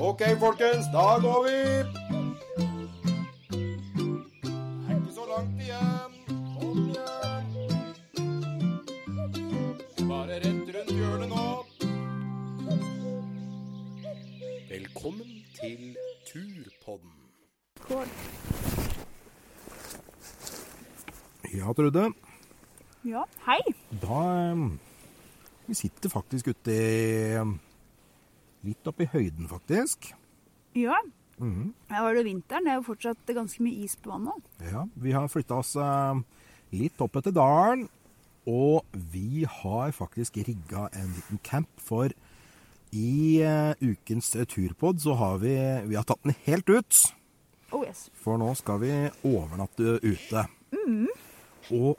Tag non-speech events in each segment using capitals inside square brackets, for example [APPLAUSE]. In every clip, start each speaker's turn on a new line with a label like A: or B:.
A: Ok, folkens, da går vi. Det er ikke så langt igjen. Kom igjen. Bare rett rundt hjørnet nå. Velkommen til Turpodden.
B: Kål.
A: Ja, Trude.
B: Ja, hei.
A: Da eh, Vi sitter faktisk ute i Litt oppe i høyden, faktisk.
B: Ja.
A: Mhm.
B: Her var det vinteren. Det er jo fortsatt ganske mye is på vannet.
A: Ja, vi har flytta oss eh, litt opp etter dalen. Og vi har faktisk rigga en liten camp, for i eh, ukens turpod så har vi, vi har tatt den helt ut.
B: Oh yes.
A: For nå skal vi overnatte ute. Og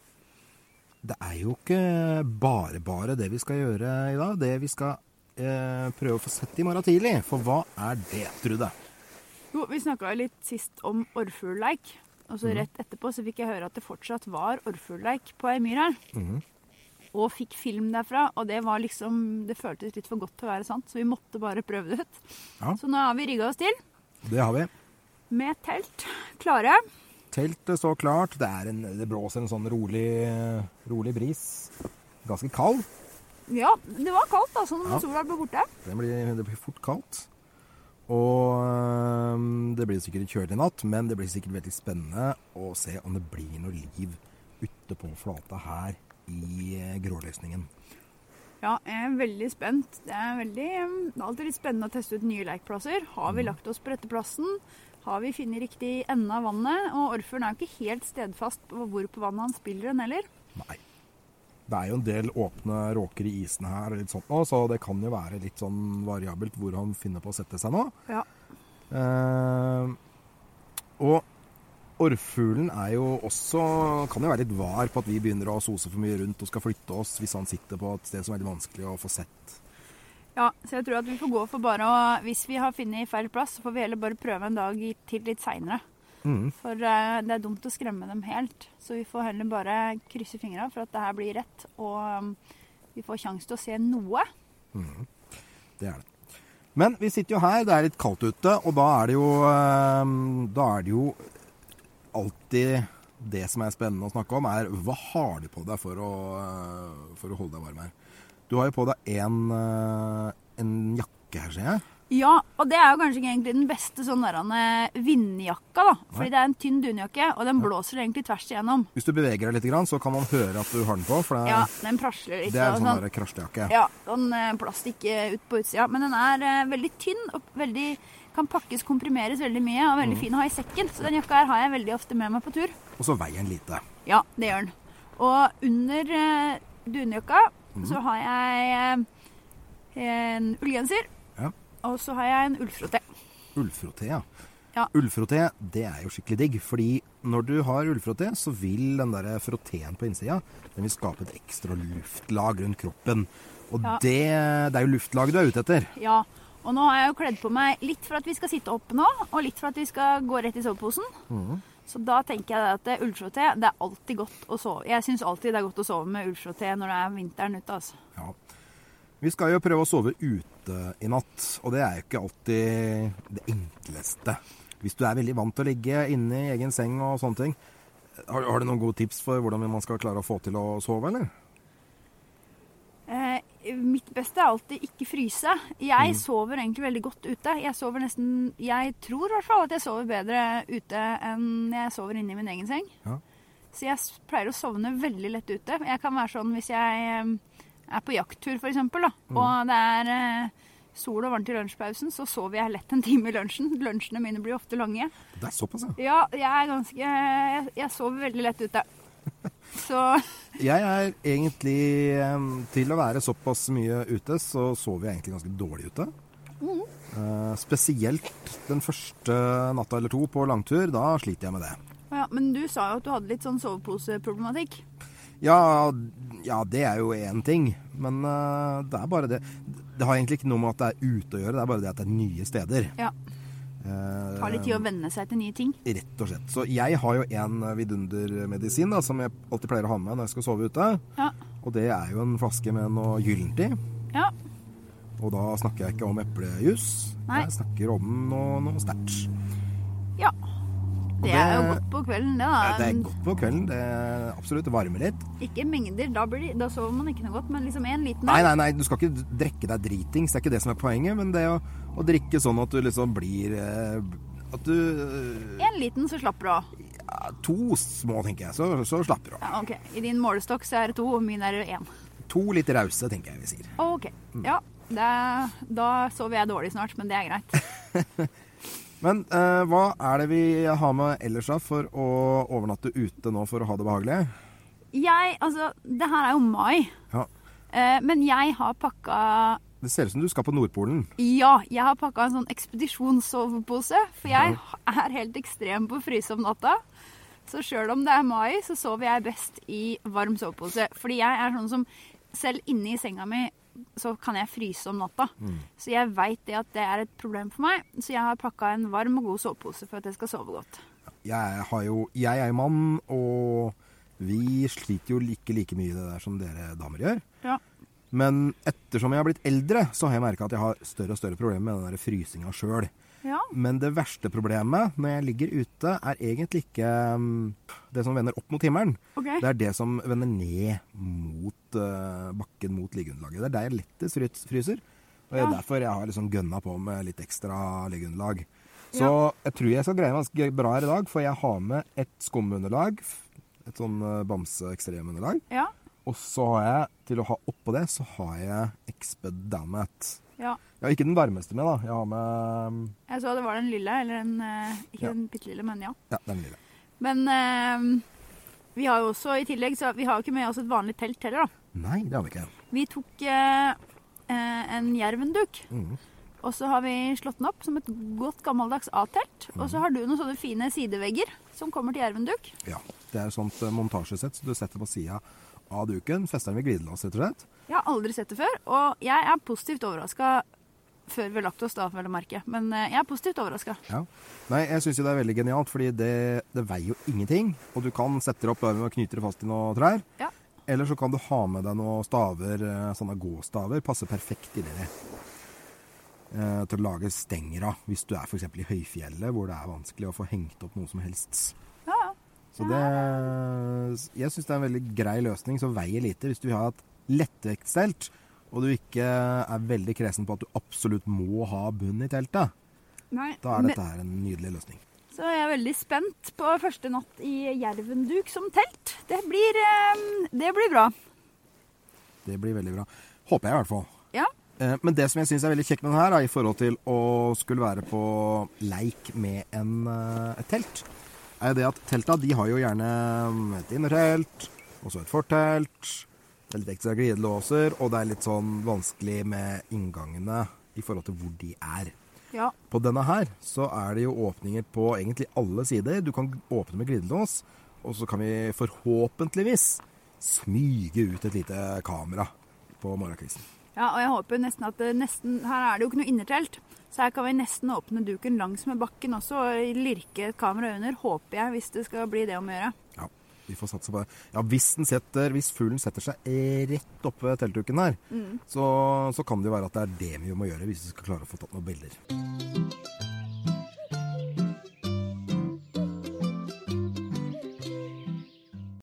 A: det er jo ikke bare bare det vi skal gjøre i dag. Det vi skal eh, prøve å få sett i morgen tidlig. For hva er det, Trude?
B: Jo, vi snakka litt sist om orrfuglleik. Og
A: Mhm.
B: så rett etterpå så fikk jeg høre at det fortsatt var orrfuglleik på ei myr her.
A: Mhm.
B: Og fikk film derfra. Og det var liksom Det føltes litt for godt til å være sant, så vi måtte bare prøve det ut.
A: Ja.
B: Så nå har vi rigga oss til
A: Det har vi.
B: med telt klare.
A: Teltet står klart. Det, er en, det blåser en sånn rolig, rolig bris. Ganske kald.
B: Ja, det var kaldt altså når
A: Ja.
B: sola ble borte.
A: Det blir, det blir fort kaldt. Og øhm, det blir sikkert kjølig i natt, men det blir sikkert veldig spennende å se om det blir noe liv ute på flata her i eh, gråløsningen.
B: Ja, jeg er veldig spent. Det er veldig, det er alltid litt spennende å teste ut nye lekeplasser. Har vi lagt oss på rette plassen? Har vi funnet riktig ende av vannet? Og orrfuglen er jo ikke helt stedfast på hvor på vannet han spiller den heller.
A: Nei. Det er jo en del åpne råker i isen her, og litt sånt nå, så det kan jo være litt sånn variabelt hvor han finner på å sette seg nå.
B: Ja.
A: Eh, og orrfuglen er jo også kan jo være litt var på at vi begynner å sose for mye rundt og skal flytte oss hvis han sitter på et sted som er veldig vanskelig å få sett.
B: ja, så jeg tror at vi får gå for bare å Hvis vi har funnet feil plass, så får vi heller bare prøve en dag i- til litt seinere.
A: Mhm.
B: For eh, det er dumt å skremme dem helt. Så vi får heller bare krysse fingra for at det her blir rett, og um, vi får sjanse til å se noe.
A: Det er det. Men vi sitter jo her, det er litt kaldt ute, og da er det jo eh, Da er det jo alltid det som er spennende å snakke om, er hva har du på deg for å, eh, for å holde deg varm her? Du har jo på deg en, eh, en jakke her, ser jeg.
B: Ja, og det er jo kanskje ikke egentlig den beste sånn der, eh, vindjakka, da. Fordi
A: Nei.
B: det er en tynn dunjakke, og den blåser egentlig tvers igjennom.
A: Hvis du beveger deg litt, grann, så kan man høre at du har den på. For det,
B: Ja, den prasler litt.
A: det er
B: og
A: en sånn
B: sånn.
A: der krasjejakke.
B: Ja, sånn eh, plastikk eh, ut på utsida. Men den er eh, veldig tynn og veldig, kan pakkes, komprimeres veldig mye, og
A: Mm.
B: veldig fin å ha i sekken. Så den jakka her har jeg veldig ofte med meg på tur.
A: Og så veier den lite.
B: Ja, det gjør den. Og under eh, dunjakka
A: Mm.
B: så har jeg eh, en ullgenser,
A: Ja.
B: og så har jeg en ullfrotte.
A: Ullfroté, ja.
B: Ja.
A: Ullfroté, det er jo skikkelig digg. Fordi når du har ullfroté, så vil den der froteen på innsida den vil skape et ekstra luftlag rundt kroppen. Og
B: Ja.
A: det, det er jo luftlaget du er ute etter.
B: Ja, og nå har jeg jo kledd på meg litt for at vi skal sitte oppe nå, og litt for at vi skal gå rett i soveposen. Så da tenker jeg at eh, ullskjorte, det er alltid godt å sove. Jeg syns alltid det er godt å sove med ullskjorte når det er vinteren ute, altså.
A: Ja. Vi skal jo prøve å sove ute i natt, og det er jo ikke alltid det enkleste. Hvis du er veldig vant til å ligge inne i egen seng og sånne ting, har, har du noen gode tips for hvordan man skal klare å få til å sove, eller?
B: Eh, mitt beste er alltid ikke fryse. Jeg sover egentlig veldig godt ute. Jeg sover nesten Jeg tror i hvert fall at jeg sover bedre ute enn jeg sover inne i min egen seng.
A: Ja.
B: Så jeg s- pleier å sovne veldig lett ute. Jeg kan være sånn hvis jeg eh, er på jakttur, f.eks., da, og det er eh, sol og varmt i lunsjpausen, så sover jeg lett en time i lunsjen. Lunsjene mine blir ofte lange.
A: Det er såpass, ja.
B: Ja, jeg er ganske Jeg, jeg sover veldig lett ute. Så
A: Jeg er egentlig eh, Til å være såpass mye ute, så sover jeg egentlig ganske dårlig ute.
B: mm.
A: Eh, spesielt den første natta eller to på langtur. Da sliter jeg med det.
B: ja, Men du sa jo at du hadde litt sånn soveposeproblematikk.
A: Ja, ja det er jo én ting, men eh, det er bare det. Det har egentlig ikke noe med at det er ute å gjøre, det er bare det at det er nye steder.
B: Ja.
A: Eh,
B: Tar litt tid å venne seg til nye ting.
A: Rett og slett. Så jeg har jo en eh, vidundermedisin da, som jeg alltid pleier å ha med meg når jeg skal sove ute.
B: Ja.
A: Og det er jo en flaske med noe gyllent i.
B: ja.
A: Og da snakker jeg ikke om eplejus.
B: Nei.
A: Jeg snakker om noe, noe sterkt.
B: Ja. Det er jo
A: det-
B: godt på kvelden, det.
A: Det
B: da.
A: er godt på kvelden. Det er absolutt det varmer litt.
B: Ikke mengder, da, blir de, da sover man ikke noe godt, men liksom en liten
A: Nei, nei, nei, du skal ikke drikke deg dritings. Det er ikke det som er poenget. Men det å, å drikke sånn at du liksom blir eh, At du eh,
B: En liten, så slapper du av.
A: ja, To små, tenker jeg. Så, så slapper du av.
B: Ja, ok. I din målestokk så er det to, og min er det én.
A: To litt rause, tenker jeg vi sier.
B: Ok.
A: Mm.
B: Ja, det, er- da sover jeg dårlig snart, men det er greit.
A: Men eh, hva er det vi har med ellers da for å overnatte ute nå for å ha det behagelig?
B: Jeg, altså, det her er jo mai,
A: Ja,
B: eh, men jeg har pakka
A: Det ser ut som du skal på Nordpolen.
B: Ja, jeg har pakka en sånn ekspedisjonssovepose, for jeg er helt ekstrem på å fryse om natta. Så sjøl om det er mai, så sover jeg best i varm sovepose. Fordi jeg er sånn som selv inne i senga mi så kan jeg fryse om natta.
A: Mm.
B: Så jeg veit det at det er et problem for meg, så jeg har pakka en varm og god sovepose for at jeg skal sove godt.
A: Jeg, har jo, jeg er jo mann, og vi sliter jo ikke like mye i det der som dere damer gjør.
B: Ja.
A: Men ettersom jeg har blitt eldre, så har jeg merka at jeg har større og større problemer med den der frysinga sjøl.
B: ja.
A: Men det verste problemet når jeg ligger ute, er egentlig ikke mm, det som vender opp mot himmelen.
B: OK.
A: Det er det som vender ned mot eh, bakken, mot liggeunderlaget. Det er der jeg lettest fryt- fryser. Og det er
B: Ja.
A: derfor jeg har liksom gønna på med litt ekstra liggeunderlag. Så
B: Ja.
A: jeg tror jeg skal greie meg ganske bra her i dag, for jeg har med et skumunderlag. Et sånn eh, bamse-ekstremunderlag.
B: Ja.
A: Og så har jeg, til å ha oppå det, så har jeg Expedamit.
B: ja.
A: Jeg har ikke den varmeste med, da. Jeg har med
B: Jeg så det var den lille, eller den eh, Ikke
A: Ja.
B: den bitte lille, men ja.
A: Ja, den lille.
B: Men eh, vi har jo også i tillegg så Vi har jo ikke med oss et vanlig telt heller, da.
A: Nei, det har vi ikke.
B: Vi tok eh, eh, en jervenduk.
A: Mhm.
B: Og så har vi slått den opp som et godt gammeldags A-telt. Og
A: Mhm.
B: så har du noen sånne fine sidevegger som kommer til jervenduk.
A: Ja, Det er et sånt eh, montasjesett, så du setter på sida av duken. Fester den ved glidelås, rett og slett.
B: Jeg har aldri sett det før, og jeg er positivt overraska før vi har lagt oss, da, vel å merke. Men eh, jeg er positivt overraska.
A: Ja. Nei, jeg syns jo det er veldig genialt, fordi det, det veier jo ingenting. Og du kan sette det opp ved å knyte det fast i noen trær.
B: Ja.
A: Eller så kan du ha med deg noen staver, eh, sånne gåstaver. Passer perfekt inni det. Eh, til å lage stenger av, hvis du er f.eks. i høyfjellet, hvor det er vanskelig å få hengt opp noe som helst.
B: Ja, ja.
A: Så det Jeg syns det er en veldig grei løsning som veier lite. Hvis du vil ha et lettvektstelt, og du ikke er veldig kresen på at du absolutt må ha bunn i teltet,
B: Nei,
A: da er
B: men-
A: dette her en nydelig løsning.
B: Så jeg er veldig spent på første natt i Jervenduk som telt. Det blir, eh, det blir bra.
A: Det blir veldig bra. Håper jeg, i hvert fall.
B: Ja.
A: Eh, Men det som jeg syns er veldig kjekt med den her, da, i forhold til å skulle være på leik med en, eh, et telt, er jo det at telta de har jo gjerne mm, et innertelt, og så et fortelt. Det er litt ekstra glidelåser, og det er litt sånn vanskelig med inngangene i forhold til hvor de er.
B: ja.
A: På denne her så er det jo åpninger på egentlig alle sider. Du kan åpne med glidelås, og så kan vi forhåpentligvis smyge ut et lite kamera på morgenkvisten.
B: Ja, og jeg håper nesten at det nesten, Her er det jo ikke noe innertelt, så her kan vi nesten åpne duken langs med bakken også og lirke et kamera under, håper jeg, hvis det skal bli det om å gjøre.
A: Ja, vi får satse på det. Ja, hvis, den setter, hvis fuglen setter seg eh, rett oppe ved teltduken her, så, så kan det jo være at det er det vi må gjøre hvis vi skal klare å få tatt noen bilder.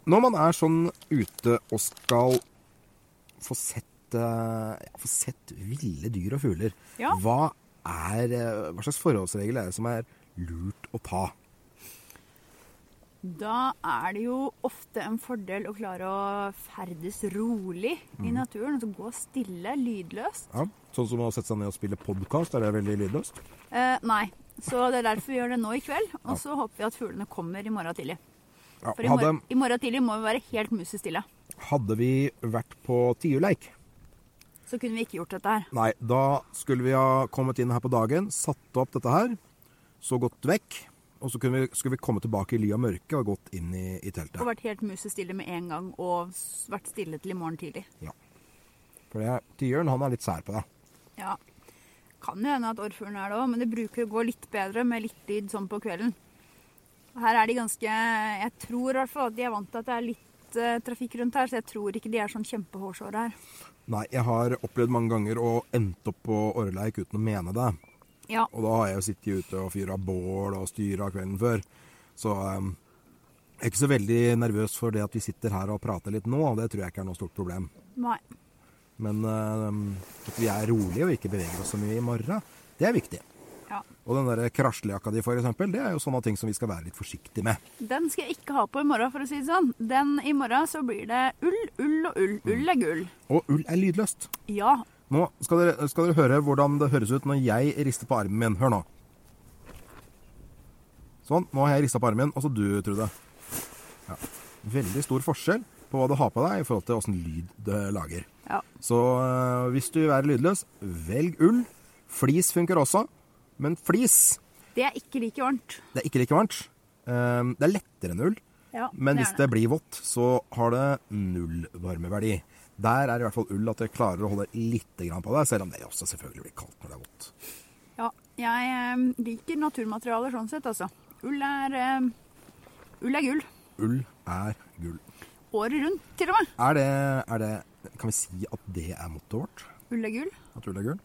A: Når man er sånn ute og skal få sett, eh, ja, få sett ville dyr og fugler,
B: Ja.
A: hva, er, eh, hva slags forholdsregel er det som er lurt å ta?
B: Da er det jo ofte en fordel å klare å ferdes rolig i naturen. Altså gå stille, lydløst.
A: Ja, sånn som å sette seg ned og spille podkast, er det veldig lydløst?
B: Eh, nei. Så det er derfor vi gjør det nå i kveld. Og så håper vi at fuglene kommer i morgen tidlig.
A: Ja,
B: For i
A: hadde,
B: morgen, i morgen tidlig må vi være helt musestille.
A: hadde vi vært på tiurleik,
B: Så kunne vi ikke gjort dette her.
A: nei, da skulle vi ha kommet inn her på dagen, satt opp dette her, så gått vekk, og så kunne vi, skulle vi komme tilbake i ly av mørket og gått inn i, i
B: Og
A: teltet.
B: vært helt musestille med en gang, og s- vært stille til i morgen tidlig.
A: Ja. For det, tiuren, han er litt sær på deg.
B: Ja. Kan jo hende at orrfuglen er det òg, men det bruker å gå litt bedre med litt lyd sånn på kvelden. Her er de ganske Jeg tror i hvert fall at de er vant til at det er litt eh, trafikk rundt her, så jeg tror ikke de er sånn kjempehårsåre her.
A: Nei, jeg har opplevd mange ganger å endte opp på Orrleik uten å mene det.
B: Ja.
A: Og da har jeg jo sittet ute og fyra bål og styra kvelden før. Så eh, jeg er ikke så veldig nervøs for det at vi sitter her og prater litt nå. og Det tror jeg ikke er noe stort problem.
B: Nei.
A: Men eh, at vi er rolige og ikke beveger oss så mye i morgen, det er viktig.
B: Ja.
A: Og den der kraslejakka di, for eksempel, det er jo sånne ting som vi skal være litt forsiktige med.
B: Den skal jeg ikke ha på i morgen, for å si det sånn. Den i morgen så blir det ull, ull og
A: Mm.
B: ull. Ull er gull.
A: Og ull er lydløst.
B: Ja.
A: Nå skal dere, skal dere høre hvordan det høres ut når jeg rister på armen min. Hør nå. Sånn, nå har jeg rista på armen. Også du, Trude. Ja. Veldig stor forskjell på hva du har på deg i forhold til åssen lyd det lager.
B: ja.
A: Så øh, hvis du vil være lydløs, velg ull. Flis funker også, men flis
B: Det er ikke like varmt.
A: det er ikke like varmt. Ehm, Det er lettere enn ull,
B: Ja,
A: men hvis
B: er
A: det blir vått, så har det null varmeverdi. Der er i hvert fall ull at det klarer å holde litt grann på deg, selv om det også selvfølgelig blir kaldt når det er vått.
B: Ja. Jeg eh, liker naturmaterialer sånn sett, altså. Ull er eh, Ull er gull.
A: Ull er gull.
B: Året rundt, til og med.
A: Er det, er det Kan vi si at det er mottoet vårt?
B: Ull er gull.
A: At ull er gull?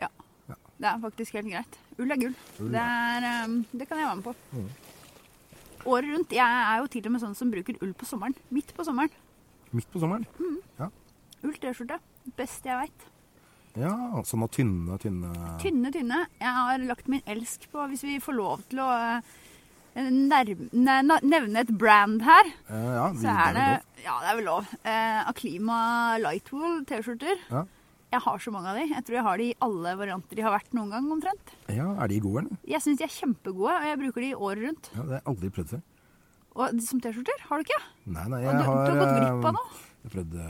B: Ja.
A: Ja.
B: Det er faktisk helt greit. Ull er gull.
A: Ull, Mm.
B: Det, er, ehm, det kan jeg være med på. Året rundt. Jeg er jo til og med sånn som bruker ull på sommeren. Midt på sommeren.
A: Midt på sommeren?
B: Mm.
A: Ja.
B: Ull T-skjorte. Beste jeg veit.
A: ja. Sånne tynne, tynne
B: Tynne, tynne. Jeg har lagt min elsk på, hvis vi får lov til å eh, nærm- ne- na- nevne et brand her,
A: Eh, Ja, vi,
B: så er
A: det
B: det
A: er vel lov.
B: Ja, det er vel lov. Eh, Aklima Lightwool T-skjorter.
A: Ja.
B: Jeg har så mange av de. Jeg tror jeg har de i alle varianter de har vært noen gang, omtrent.
A: ja, er de gode, eller?
B: Jeg syns de er kjempegode, og jeg bruker de året rundt.
A: Ja, det har jeg aldri prøvd før.
B: Og de som T-skjorter har du ikke?
A: Nei, nei,
B: Og
A: jeg
B: du,
A: har
B: du har gått glipp
A: eh,
B: av noe?
A: Jeg prøvde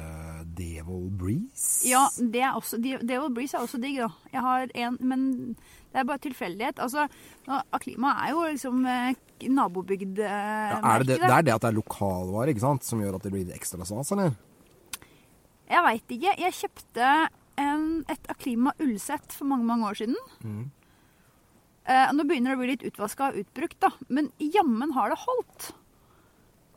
A: Devil Breeze.
B: Ja, det er også de- Devil Breeze er også digg, da. Jeg har en, men det er bare tilfeldighet. Altså, nå- Aklima er jo liksom eh, nabobygd eh,
A: Ja, er det, det, det
B: merke,
A: er det at det er lokalvare ikke sant, som gjør at det blir ekstra stas, eller?
B: da. Jeg veit ikke. Jeg kjøpte en, et Aklima ullsett for mange, mange år siden. Eh, nå begynner det å bli litt utvaska og utbrukt, da. Men jammen har det holdt.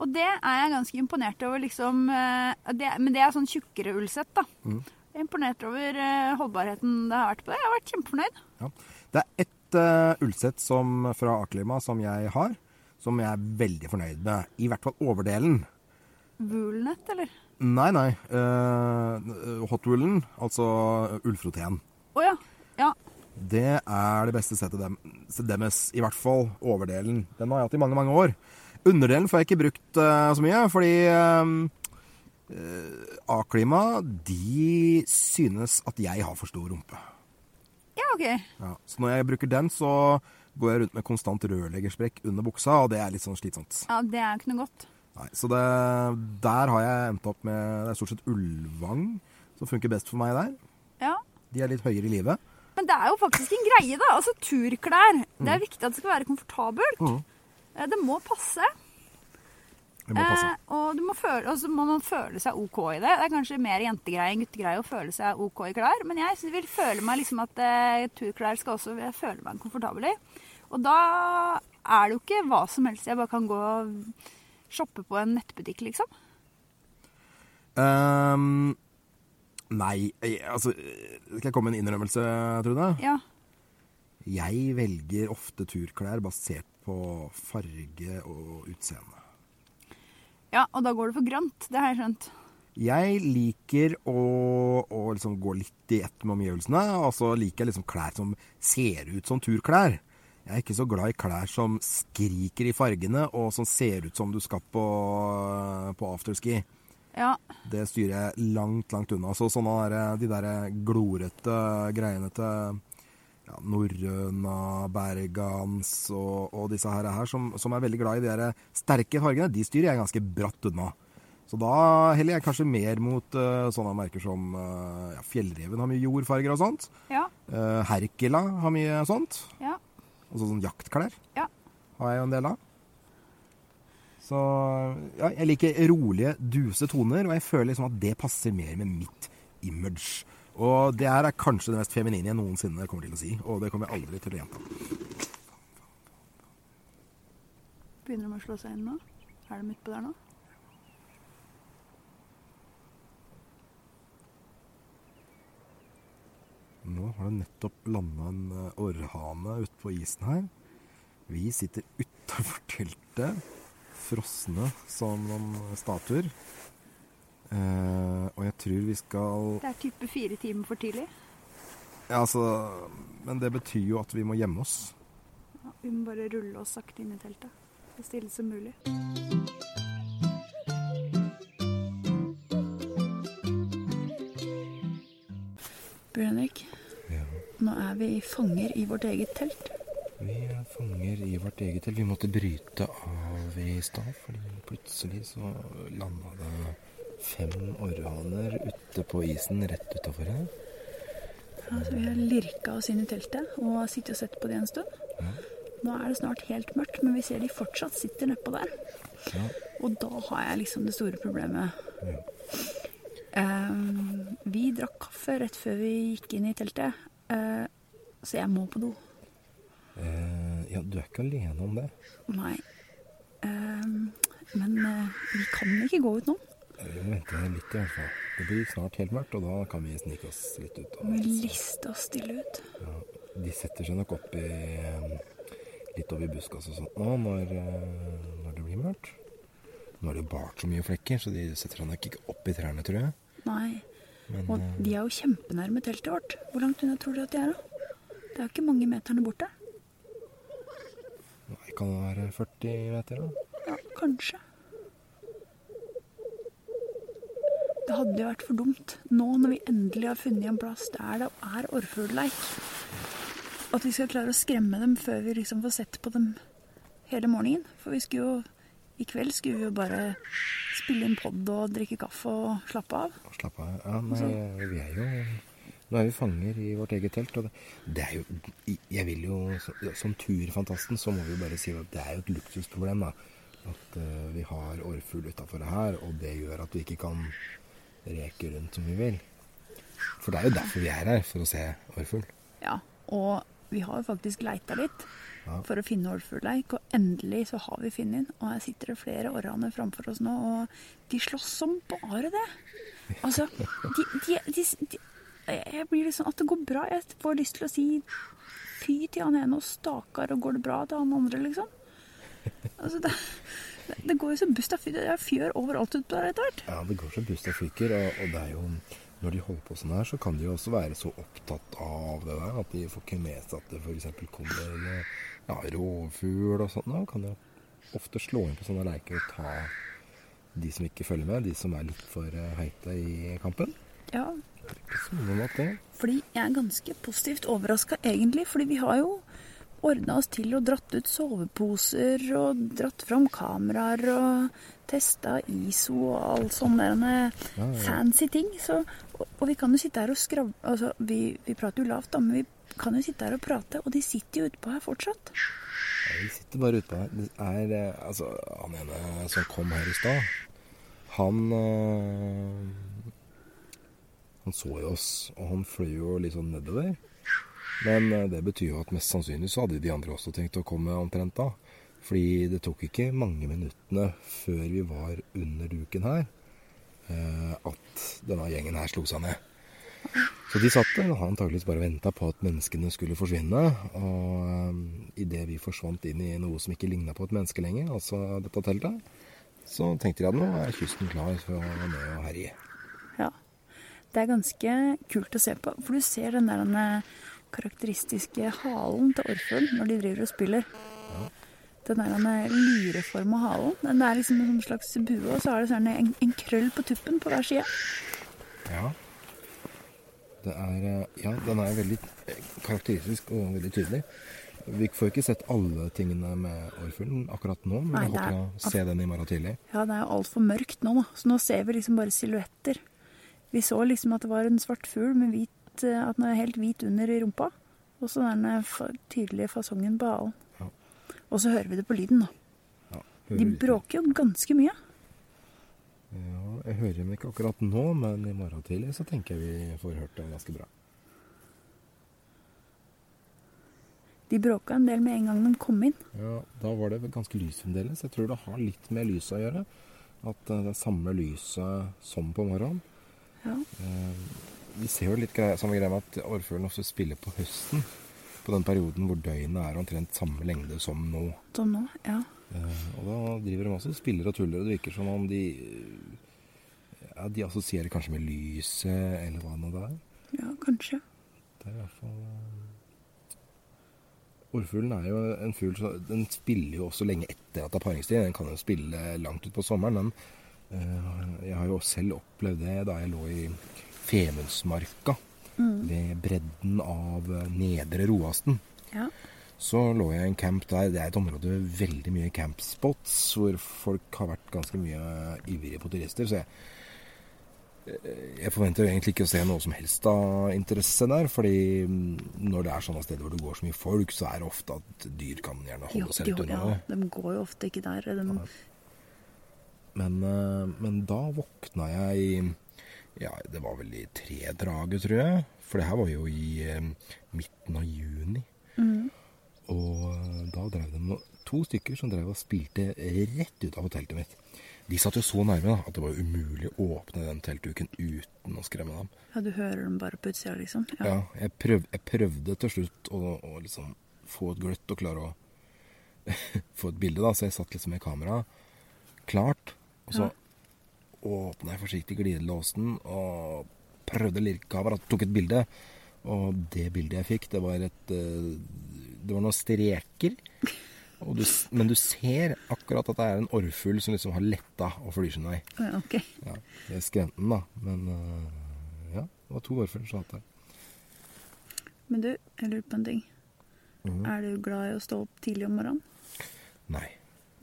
B: Og det er jeg ganske imponert over, liksom. eh, det, men det er sånn tjukkere ullsett, da. Jeg er imponert over eh, holdbarheten det har vært på det. Jeg har vært kjempefornøyd.
A: Ja. Det er ett eh, ullsett som, fra Aklima som jeg har, som jeg er veldig fornøyd med. I hvert fall overdelen.
B: Woolnet, eller?
A: Nei, nei. Uh, Hotwoolen, altså ullfroteen.
B: Å ja. Ja.
A: Det er det beste settet dem, deres. I hvert fall overdelen. Den har jeg hatt i mange, mange år. Underdelen får jeg ikke brukt eh, så mye, fordi eh, eh, A-klima, de synes at jeg har for stor rumpe.
B: ja, OK.
A: Ja. Så når jeg bruker den, så går jeg rundt med konstant rørleggersprekk under buksa, og det er litt sånn slitsomt.
B: Ja, Det er jo ikke noe godt.
A: Nei, så det, der har jeg endt opp med Det er stort sett Ulvang som funker best for meg der.
B: Ja.
A: De er litt høyere i livet.
B: Men det er jo faktisk en greie, da. Altså turklær. Det
A: Mm.
B: er viktig at det skal være komfortabelt. Eh, Det må passe.
A: Det må passe.
B: Eh, og du må føle, og så må man føle seg OK i det. Det er kanskje mer jentegreie enn guttegreie å føle seg OK i klær, men jeg synes- vil føle meg liksom at eh, turklær skal også jeg føler meg komfortabel i. Og da er det jo ikke hva som helst jeg bare kan gå og shoppe på en nettbutikk, liksom.
A: Ehm, nei, jeg- altså Skal jeg komme med en innrømmelse, Trude?
B: Ja.
A: Jeg velger ofte turklær basert på farge og utseende.
B: ja, og da går det for grønt. Det har jeg skjønt.
A: Jeg liker å, å liksom gå litt i ett med omgivelsene, og så liker jeg liksom klær som ser ut som turklær. Jeg er ikke så glad i klær som skriker i fargene, og som ser ut som du skal på, på afterski.
B: Ja,
A: Det styrer jeg langt, langt unna. Så sånne der, de der glorete greiene til ja, norrøna, bergans og, og disse her, her som, som er veldig glad i de der sterke fargene, de styrer jeg ganske bratt unna. Så da heller jeg kanskje mer mot eh, sånne merker som eh, ja, Fjellreven har mye jordfarger og sånt.
B: ja,
A: Eh, Herkila har mye sånt.
B: ja.
A: Altså sånn jaktklær
B: Ja.
A: har jeg jo en del av. Så ja, jeg liker rolige, duse toner, og jeg føler liksom at det passer mer med mitt image. Og det her er kanskje det mest feminine jeg noensinne kommer til å si, og det kommer jeg aldri til å gjenta.
B: Begynner de å slå seg inn nå? Er de utpå der nå?
A: Nå har det nettopp landa en eh, orrhane ute på isen her. Vi sitter utafor [LAUGHS] teltet, frosne som noen statuer. Eh, og jeg tror vi skal
B: Det er type fire timer for tidlig.
A: ja, altså, Men det betyr jo at vi må gjemme oss.
B: Ja, vi må bare rulle oss sakte inn i teltet. Så stille som mulig. Bjørn Henrik,
A: Ja,
B: nå er vi fanger i vårt eget telt.
A: Vi er fanger i vårt eget telt. Vi måtte bryte av i stad, fordi plutselig så landa det fem orrhaner ute på isen rett utafor her.
B: Ja, så vi har lirka oss inn i teltet og har sittet og sett på det en stund. Nå er det snart helt mørkt, men vi ser de fortsatt sitter nedpå der.
A: Ja.
B: Og da har jeg liksom det store problemet. Eh, vi drakk kaffe rett før vi gikk inn i teltet, eh, så jeg må på do.
A: Eh, ja, du er ikke alene om det.
B: Nei. Eh, men eh, vi kan ikke gå ut nå.
A: Vi må vente litt i hvert fall. Det blir snart helt mørkt, og da kan vi snike oss litt ut.
B: Vi må liste oss stille ut.
A: Ja, de setter seg nok opp i eh, litt over i buskas og sånt nå når, eh, når det blir mørkt. Nå er det jo bart så mye flekker, så de setter seg nok ikke opp i trærne, tror jeg.
B: Nei.
A: Men,
B: Og de er jo kjempenærme teltet vårt. Hvor langt unna tror dere at de er, da? Det er jo ikke mange meterne borte.
A: Nei, kan det være 40 meter, da?
B: Ja, kanskje. Det hadde jo vært for dumt, nå når vi endelig har funnet en plass der det er orrfuglleik, at vi skal klare å skremme dem før vi liksom får sett på dem hele morgenen. For vi skulle jo I kveld skulle vi jo bare spille inn pod og drikke kaffe og slappe av.
A: Slapp av. Ja, nei, vi er jo Nå er vi fanger i vårt eget telt. Og det, det er jo Jeg vil jo så- Som turfantasten så må vi jo bare si at det er jo et luksusproblem, da. At eh, vi har orrfugl utafor her, og det gjør at vi ikke kan reke rundt som vi vil. For det er jo derfor vi er her, for å se orrfugl.
B: Ja, og vi har jo faktisk leita litt
A: Ja.
B: for å finne orrfuglleik, og endelig så har vi funnet den. Og her sitter det flere orrhaner framfor oss nå, og de slåss som bare det. Altså, de, de, de, de Jeg blir litt sånn at det går bra. Jeg får lyst til å si fy til han ene og stakkar, og går det bra til han andre, liksom. Altså, det, det går jo så busta fy. Det er fjør overalt ute der etter hvert.
A: Ja, det går så busta fyker, og, og det er jo Når de holder på sånn her, så kan de jo også være så opptatt av det der at de får ikke med seg at det f.eks. kommer en, ja, rovfugl og sånn. Da kan de jo ofte slå inn på sånne leker og ta de som ikke følger med, de som er litt for eh, heite i kampen.
B: Ja,
A: Det er Ikke så mye om at det.
B: Fordi jeg er ganske positivt overraska, egentlig. Fordi vi har jo ordna oss til og dratt ut soveposer og dratt fram kameraer og testa ISO og all sånne
A: Ja, ja.
B: derne fancy ting. Så, og, og vi kan jo sitte her og skravle Altså, vi, vi prater jo lavt, da, men vi kan jo sitte her og prate, og de sitter jo utpå her fortsatt.
A: Ja, Vi sitter bare ute her. Det er eh, altså Han ene som kom her i stad, han eh, Han så jo oss, og han fløy jo litt sånn nedover. Men eh, det betyr jo at mest sannsynlig så hadde de andre også tenkt å komme omtrent da. Fordi det tok ikke mange minuttene før vi var under duken her, eh, at denne gjengen her slo seg ned. Så de satt der og har antakeligvis bare venta på at menneskene skulle forsvinne. Og eh, idet vi forsvant inn i noe som ikke ligna på et menneske lenger, altså dette teltet, så tenkte de at nå er kysten klar for å være med og herje.
B: Ja. Det er ganske kult å se på, for du ser den der den karakteristiske halen til orrfugl når de driver og spiller. Den der den lyreforma halen. Den er liksom en sånn slags bue, og så er det sånn en, en krøll på tuppen på hver side.
A: Ja. Det er, eh, ja, den er veldig eh, karakteristisk og veldig tydelig. Vi får ikke sett alle tingene med orrfuglen akkurat nå, men
B: Nei,
A: jeg
B: det er-
A: håper å se den i morgen tidlig.
B: Ja, det er jo altfor mørkt nå, da, så nå ser vi liksom bare silhuetter. Vi så liksom at det var en svart fugl med hvit, eh, at den er helt hvit under i rumpa. Og så den eh, fa- tydelige fasongen på halen.
A: Ja.
B: Og så hører vi det på lyden, da.
A: Ja,
B: De
A: hører-
B: bråker jo ganske mye.
A: Ja, jeg hører dem ikke akkurat nå, men i morgen tidlig så tenker jeg vi får hørt det ganske bra.
B: De bråka en del med en gang de kom inn.
A: Ja, da var det vel ganske lyst fremdeles. Jeg tror det har litt med lyset å gjøre. At eh, det er samme lyset som på morgenen.
B: Ja.
A: Eh, Vi ser jo litt greie, samme greie med at orrfuglen ofte spiller på høsten. På den perioden hvor døgnet er omtrent samme lengde som nå.
B: Som Sånn nå, ja.
A: Eh, Og da driver de også og spiller og tuller, og det virker som om de ja, De assosierer kanskje med lyset, eller hva nå det er.
B: Ja, kanskje.
A: Det er i hvert fall eh, Orrfuglen er jo en fugl som Den spiller jo også lenge etter at det er paringstid. Den kan jo spille langt utpå sommeren, men eh, jeg har jo selv opplevd det da jeg lå i Femundsmarka. Ved bredden av eh, Nedre Roasten.
B: Ja.
A: Så lå jeg i en camp der. Det er et område med veldig mye campspots, hvor folk har vært ganske mye ivrige på turister. Så jeg, jeg forventer jo egentlig ikke å se noe som helst av interesse der, fordi mm, når det er sånne steder hvor det går så mye folk, så er det ofte at dyr kan gjerne
B: Jo,
A: holde seg
B: jo,
A: litt unna.
B: ja. De går jo ofte ikke der. De,
A: Men, eh, men da våkna jeg i Ja, det var vel i tre draget, tror jeg. For det her var jo i eh, midten av juni. Og eh, da drev de no- to stykker som drev og spilte rett ut av teltet mitt. De satt jo så nærme da, at det var jo umulig å åpne den teltduken uten å skremme dem.
B: ja, du hører dem bare på utsida, liksom.
A: Ja, jeg, prøv, jeg prøvde til slutt å, å liksom få et gløtt og klare å [LAUGHS] få et bilde, da. Så jeg satt liksom med kameraet klart. Og så åpna jeg forsiktig glidelåsen og prøvde lirkekamera, tok et bilde. Og det bildet jeg fikk, det var et eh, Det var noen streker. Og du, s- men du ser akkurat at det er en orrfugl som liksom har letta og flyr sin vei.
B: Å ja, ok.
A: Ja, jeg skremte den, da. Men eh, ja, det var to orrfugler som satt der.
B: Men du, jeg lurer på en ting.
A: Mhm.
B: Er du glad i å stå opp tidlig om morgenen?
A: Nei.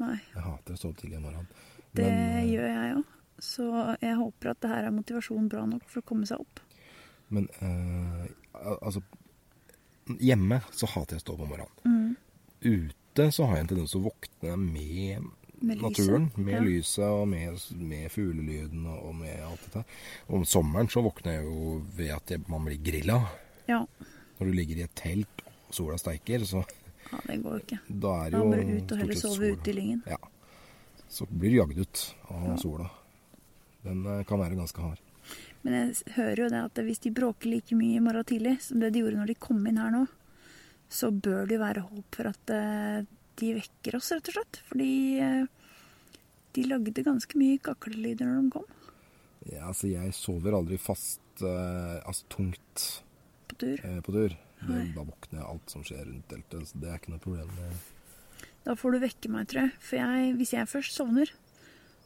B: Nei.
A: Jeg hater å stå opp tidlig om morgenen.
B: Det
A: Men, eh,
B: gjør jeg jo. Så jeg håper at det her er motivasjon bra nok for å komme seg opp.
A: men eh, al- altså Hjemme så hater jeg å stå opp om morgenen.
B: Mm.
A: Ute så har jeg en tendens til å våkne med,
B: Med lyset.
A: naturen. Med
B: Ja.
A: lyset og med, med fuglelyden og og med alt dette. Om sommeren så våkner jeg jo ved at jeg, man blir grilla.
B: Ja.
A: Når du ligger i et telt og sola steiker, så
B: ja det går jo ikke.
A: da er
B: Da
A: jo
B: må du ut og
A: stort
B: heller
A: sett
B: sove
A: sola.
B: ute i lyngen.
A: Ja. Så blir du jagd ut av sola. Den eh, kan være ganske hard.
B: Men jeg s- hører jo det at hvis de bråker like mye i morgen tidlig som det de gjorde når de kom inn her nå, så bør det jo være håp for at eh, de vekker oss, rett og slett. Fordi eh, de lagde ganske mye kaklelyder når de kom
A: Ja, altså jeg sover aldri fast, eh, altså tungt
B: på tur.
A: eh, på tur. Det,
B: Nei.
A: da våkner jeg alt som skjer rundt teltet, så det er ikke noe problem. Det-
B: Da får du vekke meg, tror jeg. For jeg, hvis jeg først sovner,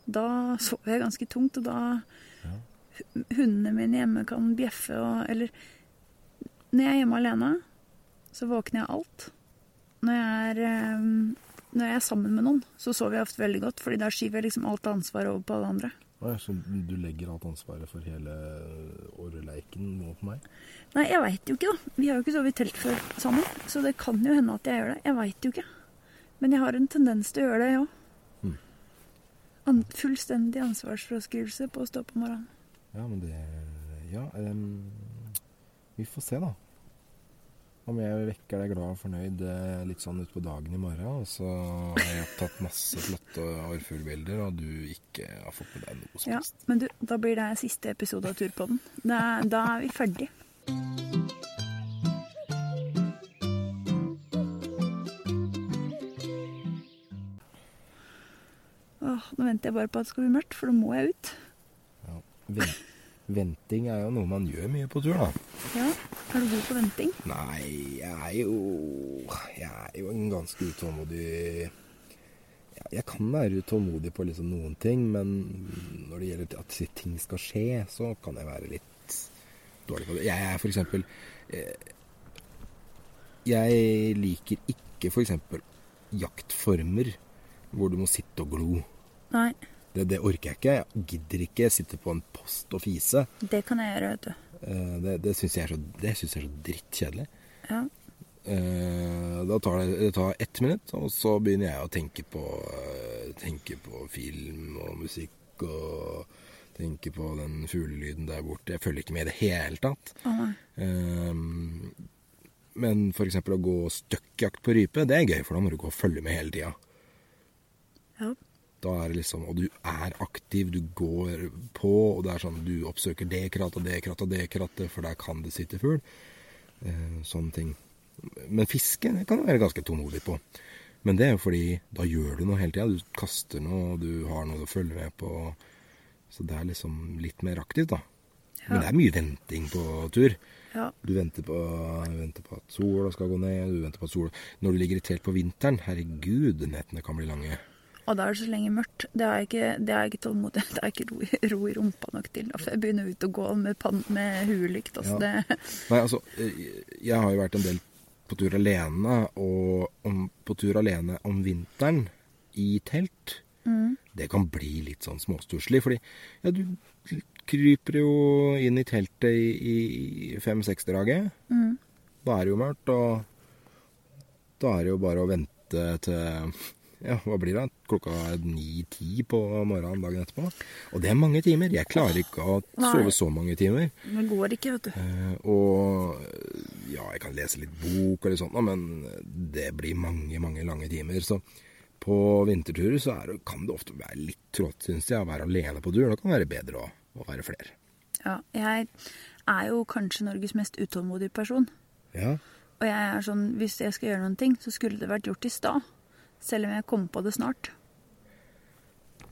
B: da sover jeg ganske tungt, og da hu- Hundene mine hjemme kan bjeffe og Eller når jeg er hjemme alene, så våkner jeg av alt. Når jeg er eh, når jeg er sammen med noen, så sover jeg ofte veldig godt, fordi da skyver jeg liksom alt ansvaret over på alle andre.
A: Nei, så du legger alt ansvaret for hele orreleiken nå på meg?
B: Nei, jeg veit jo ikke, da. Vi har jo ikke sovet i telt før sammen, så det kan jo hende at jeg gjør det. Jeg veit jo ikke. Men jeg har en tendens til å gjøre det, jeg
A: Mm.
B: òg. An fullstendig ansvarsfraskrivelse på å stå opp om morgenen.
A: Ja, men det Ja, em, vi får se, da. Om jeg vekker deg glad og fornøyd eh, litt sånn utpå dagen i morgen, og så har jeg tatt masse flotte orrfuglbilder, og du ikke har fått med deg noe som
B: Ja,
A: helst.
B: men du, da blir det siste episode av Turpodden. Da, da er vi ferdig. Åh, nå venter jeg bare på at det skal bli mørkt, for da må jeg ut.
A: Ja. Ven- Venting er jo noe man gjør mye på tur, da.
B: Ja, Er du god på venting?
A: Nei, jeg er jo Jeg er jo en ganske utålmodig Ja, Jeg kan være utålmodig på liksom noen ting, men når det gjelder at ting skal skje, så kan jeg være litt dårlig på det. Jeg er for eksempel eh, Jeg liker ikke for eksempel jaktformer hvor du må sitte og glo.
B: Nei,
A: Det, det orker jeg ikke. Jeg gidder ikke sitte på en post og fise.
B: det kan jeg gjøre, vet du.
A: Eh, Det, det syns jeg er så, det synes jeg er så drittkjedelig.
B: Ja.
A: Eh, Da tar det, det tar ett minutt, og så begynner jeg å tenke på, eh, tenke på film og musikk og tenke på den fuglelyden der borte. Jeg følger ikke med i det hele tatt.
B: Å nei.
A: Eh, Men f.eks. å gå støkkjakt på rype, det er gøy, for da må du gå og følge med hele tida.
B: Ja.
A: Da er det liksom Og du er aktiv, du går på, og det er sånn du oppsøker det krattet, det krattet, det krattet, for der kan det sitte fugl. Eh, sånne ting. Men fiske det kan du være ganske tålmodig på. Men det er jo fordi da gjør du noe hele tida. Du kaster noe, du har noe å følge med på. Så det er liksom litt mer aktivt, da. Men det er mye venting på tur.
B: Ja.
A: Du venter på, venter på at sola skal gå ned, du venter på at sola Når du ligger i telt på vinteren, herregud, nettene kan bli lange.
B: Og da er det så lenge mørkt. Det er ikke, det er ikke tålmodig. [LAUGHS] Det er ikke ro, ro i rumpa nok til. Da får jeg begynne ut og gå med, pann- med huelykt. Altså,
A: Ja.
B: det,
A: Nei, altså, eh, jeg har jo vært en del på tur alene, og om, på tur alene om vinteren i telt,
B: Mm,
A: det kan bli litt sånn småstusslig, fordi ja, du kryper jo inn i teltet i, i fem-seks-draget.
B: mm.
A: Da er det jo mørkt, og da er det jo bare å vente til ja, hva blir det? Klokka ni-ti på morgenen dagen etterpå. Og det er mange timer. Jeg klarer ikke å
B: Nei.
A: sove så mange timer.
B: det går ikke, vet du.
A: Eh, Og ja, jeg kan lese litt bok og litt sånt, da, men det blir mange, mange lange timer. Så på vinterturer så er, det- kan det ofte være litt trått, syns jeg, å være alene på tur. Da kan det være bedre å, å være flere.
B: Ja, jeg er jo kanskje Norges mest utålmodige person.
A: Ja.
B: Og jeg er sånn, hvis jeg skal gjøre noen ting, så skulle det vært gjort i stad. Selv om jeg kom på det snart.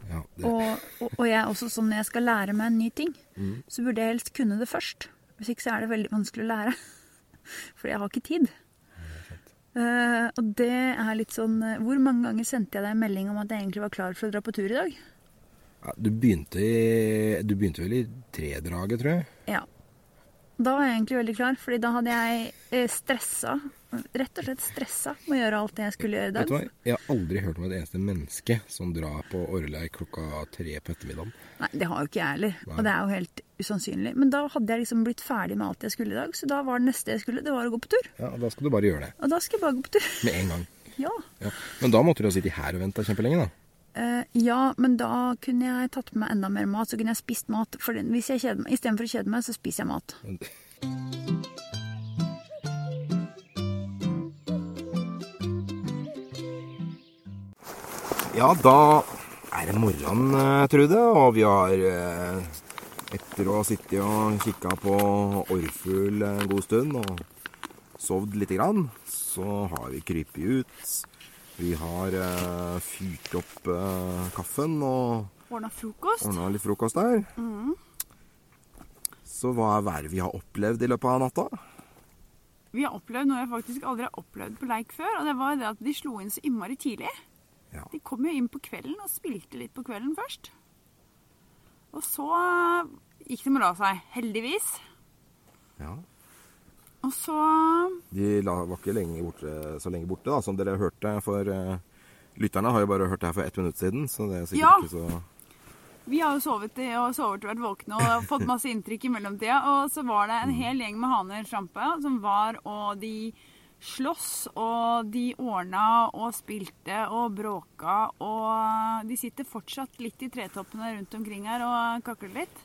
A: ja det,
B: Og, og, og jeg er også sånn når jeg skal lære meg en ny ting,
A: Mm.
B: så burde jeg helst kunne det først. Hvis ikke så er det veldig vanskelig å lære. [LAUGHS] Fordi jeg har ikke tid. Eh, og det er litt sånn eh, Hvor mange ganger sendte jeg deg en melding om at jeg egentlig var klar for å dra på tur i dag?
A: ja, du, begynte i, du begynte vel i tredraget, tror jeg?
B: Ja. Da var jeg egentlig veldig klar, fordi da hadde jeg eh, stressa. Rett og slett stressa med å gjøre alt det jeg skulle gjøre i
A: Vet
B: dag.
A: du hva? Jeg har aldri hørt om et eneste menneske som drar på Orlei klokka tre på ettermiddagen.
B: Nei, det har jo ikke jeg heller.
A: Nei.
B: Og det er jo helt usannsynlig. Men da hadde jeg liksom blitt ferdig med alt jeg skulle i dag, så da var det neste jeg skulle, det var å gå på tur.
A: Ja, Da skal du bare gjøre det.
B: Og da skal jeg bare gå på tur.
A: Med en gang.
B: Ja.
A: Ja. Men da måtte du ha sittet her og venta kjempelenge, da.
B: Eh, ja, men da kunne jeg tatt med meg enda mer mat. Så kunne jeg spist mat. For den- hvis jeg kjeder meg, istedenfor å kjede meg, så spiser jeg mat.
A: Ja, da er det morgen, eh, Trude, og vi har eh, etter å ha sittet og kikka på orrfugl en god stund og sovd lite grann, så har vi krypet ut. Vi har eh, fyrt opp eh, kaffen og
B: Ordna frokost. Mm.
A: ordna litt frokost der. Så hva er været vi har opplevd i løpet av natta?
B: Vi har opplevd noe jeg faktisk aldri har opplevd på leik før. Og det var det at de slo inn så innmari tidlig.
A: Ja.
B: De kom jo inn på kvelden og spilte litt på kvelden først. Og så gikk de og la seg, heldigvis.
A: ja.
B: Og så
A: De la, var ikke lenge borte, så lenge borte, da, som dere hørte. For eh, lytterne har jo bare hørt det her for ett minutt siden, så det er sikkert
B: Ja.
A: ikke så
B: Vi har jo sovet i- og sovet og vært våkne og fått masse inntrykk i mellomtida. Og så var det en hel gjeng med haner trampe som var og de sloss og de ordna og spilte og bråka og De sitter fortsatt litt i tretoppene rundt omkring her og kakler litt.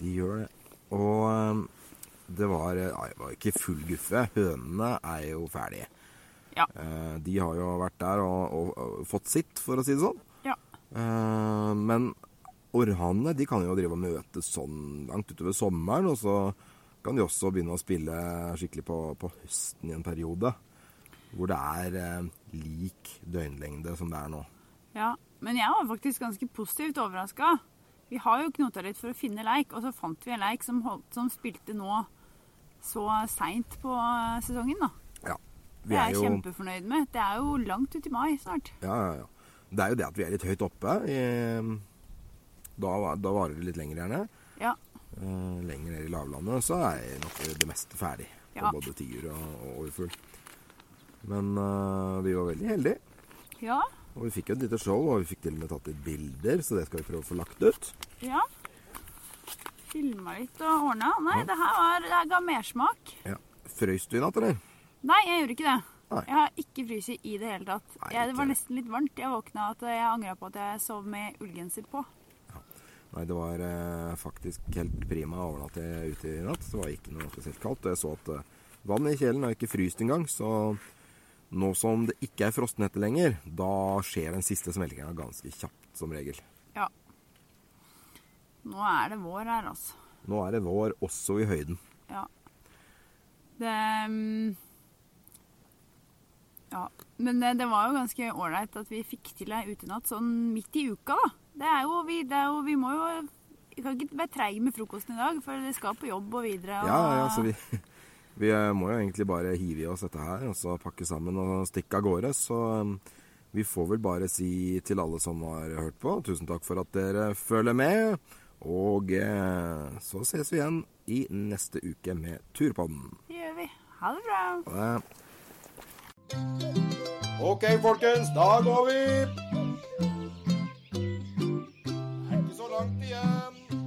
A: De gjør det. Og eh, det var eh, Nei, det var ikke full guffe. Hønene er jo ferdige.
B: Ja.
A: Eh, De har jo vært der og, og, og fått sitt, for å si det sånn.
B: ja.
A: Eh, Men orrhanene de kan jo drive og møtes sånn langt utover sommeren, og så kan de også begynne å spille skikkelig på, på høsten i en periode. Hvor det er eh, lik døgnlengde som det er nå.
B: Ja, men jeg var faktisk ganske positivt overraska. Vi har jo knota litt for å finne leik, og så fant vi en leik som, holdt, som spilte nå så seint på eh, sesongen, da.
A: Ja,
B: Det er jeg kjempefornøyd med. Det er jo langt ut i mai snart.
A: ja, ja, ja. Det er jo det at vi er litt høyt oppe. eh, Da, da varer det litt lenger, gjerne.
B: Ja.
A: Eh, Lenger ned i lavlandet så er nok det meste ferdig. På
B: Ja.
A: både tiur og, og orrfugl. Men eh, vi var veldig heldige.
B: Ja.
A: Og vi fikk jo et lite show, og vi fikk til og med tatt litt bilder, så det skal vi prøve å få lagt ut.
B: ja. Filma litt og ordna. Nei, det her var, det her ga mersmak.
A: Ja. Frøys du i natt, eller?
B: Nei, jeg gjorde ikke det.
A: Nei.
B: Jeg har ikke fryst i det hele tatt.
A: Nei,
B: Jeg, det var
A: ikke.
B: nesten litt varmt. Jeg våkna at jeg angra på at jeg sov med ullgenser på.
A: Nei, det var eh, faktisk helt prima å overnatte ute i natt. så Det var ikke noe spesielt kaldt. Og jeg så at eh, vannet i kjelen har ikke fryst engang, så Nå som det ikke er frostnette lenger, da skjer den siste smeltinga ganske kjapt som regel.
B: Ja. Nå er det vår her, altså.
A: Nå er det vår også i høyden.
B: Ja. Det mm, Ja. Men eh, det, det var jo ganske ålreit at vi fikk til ei utenatt sånn midt i uka, da. Det er jo Vi, det er jo, vi må jo Vi kan ikke være treige med frokosten i dag, for det skal på jobb og videre. Og,
A: Ja, ja,
B: Ah.
A: så vi, [LAUGHS] vi eh, må jo egentlig bare hive i oss dette her, og så pakke sammen og stikke av gårde. Så eh, vi får vel bare si til alle som har hørt på, tusen takk for at dere følger med. Og eh, så ses vi igjen i neste uke med Turpodden.
B: Det gjør vi. Ha det bra.
A: Ha det. Ok, folkens, da går vi. Det er ikke så langt igjen.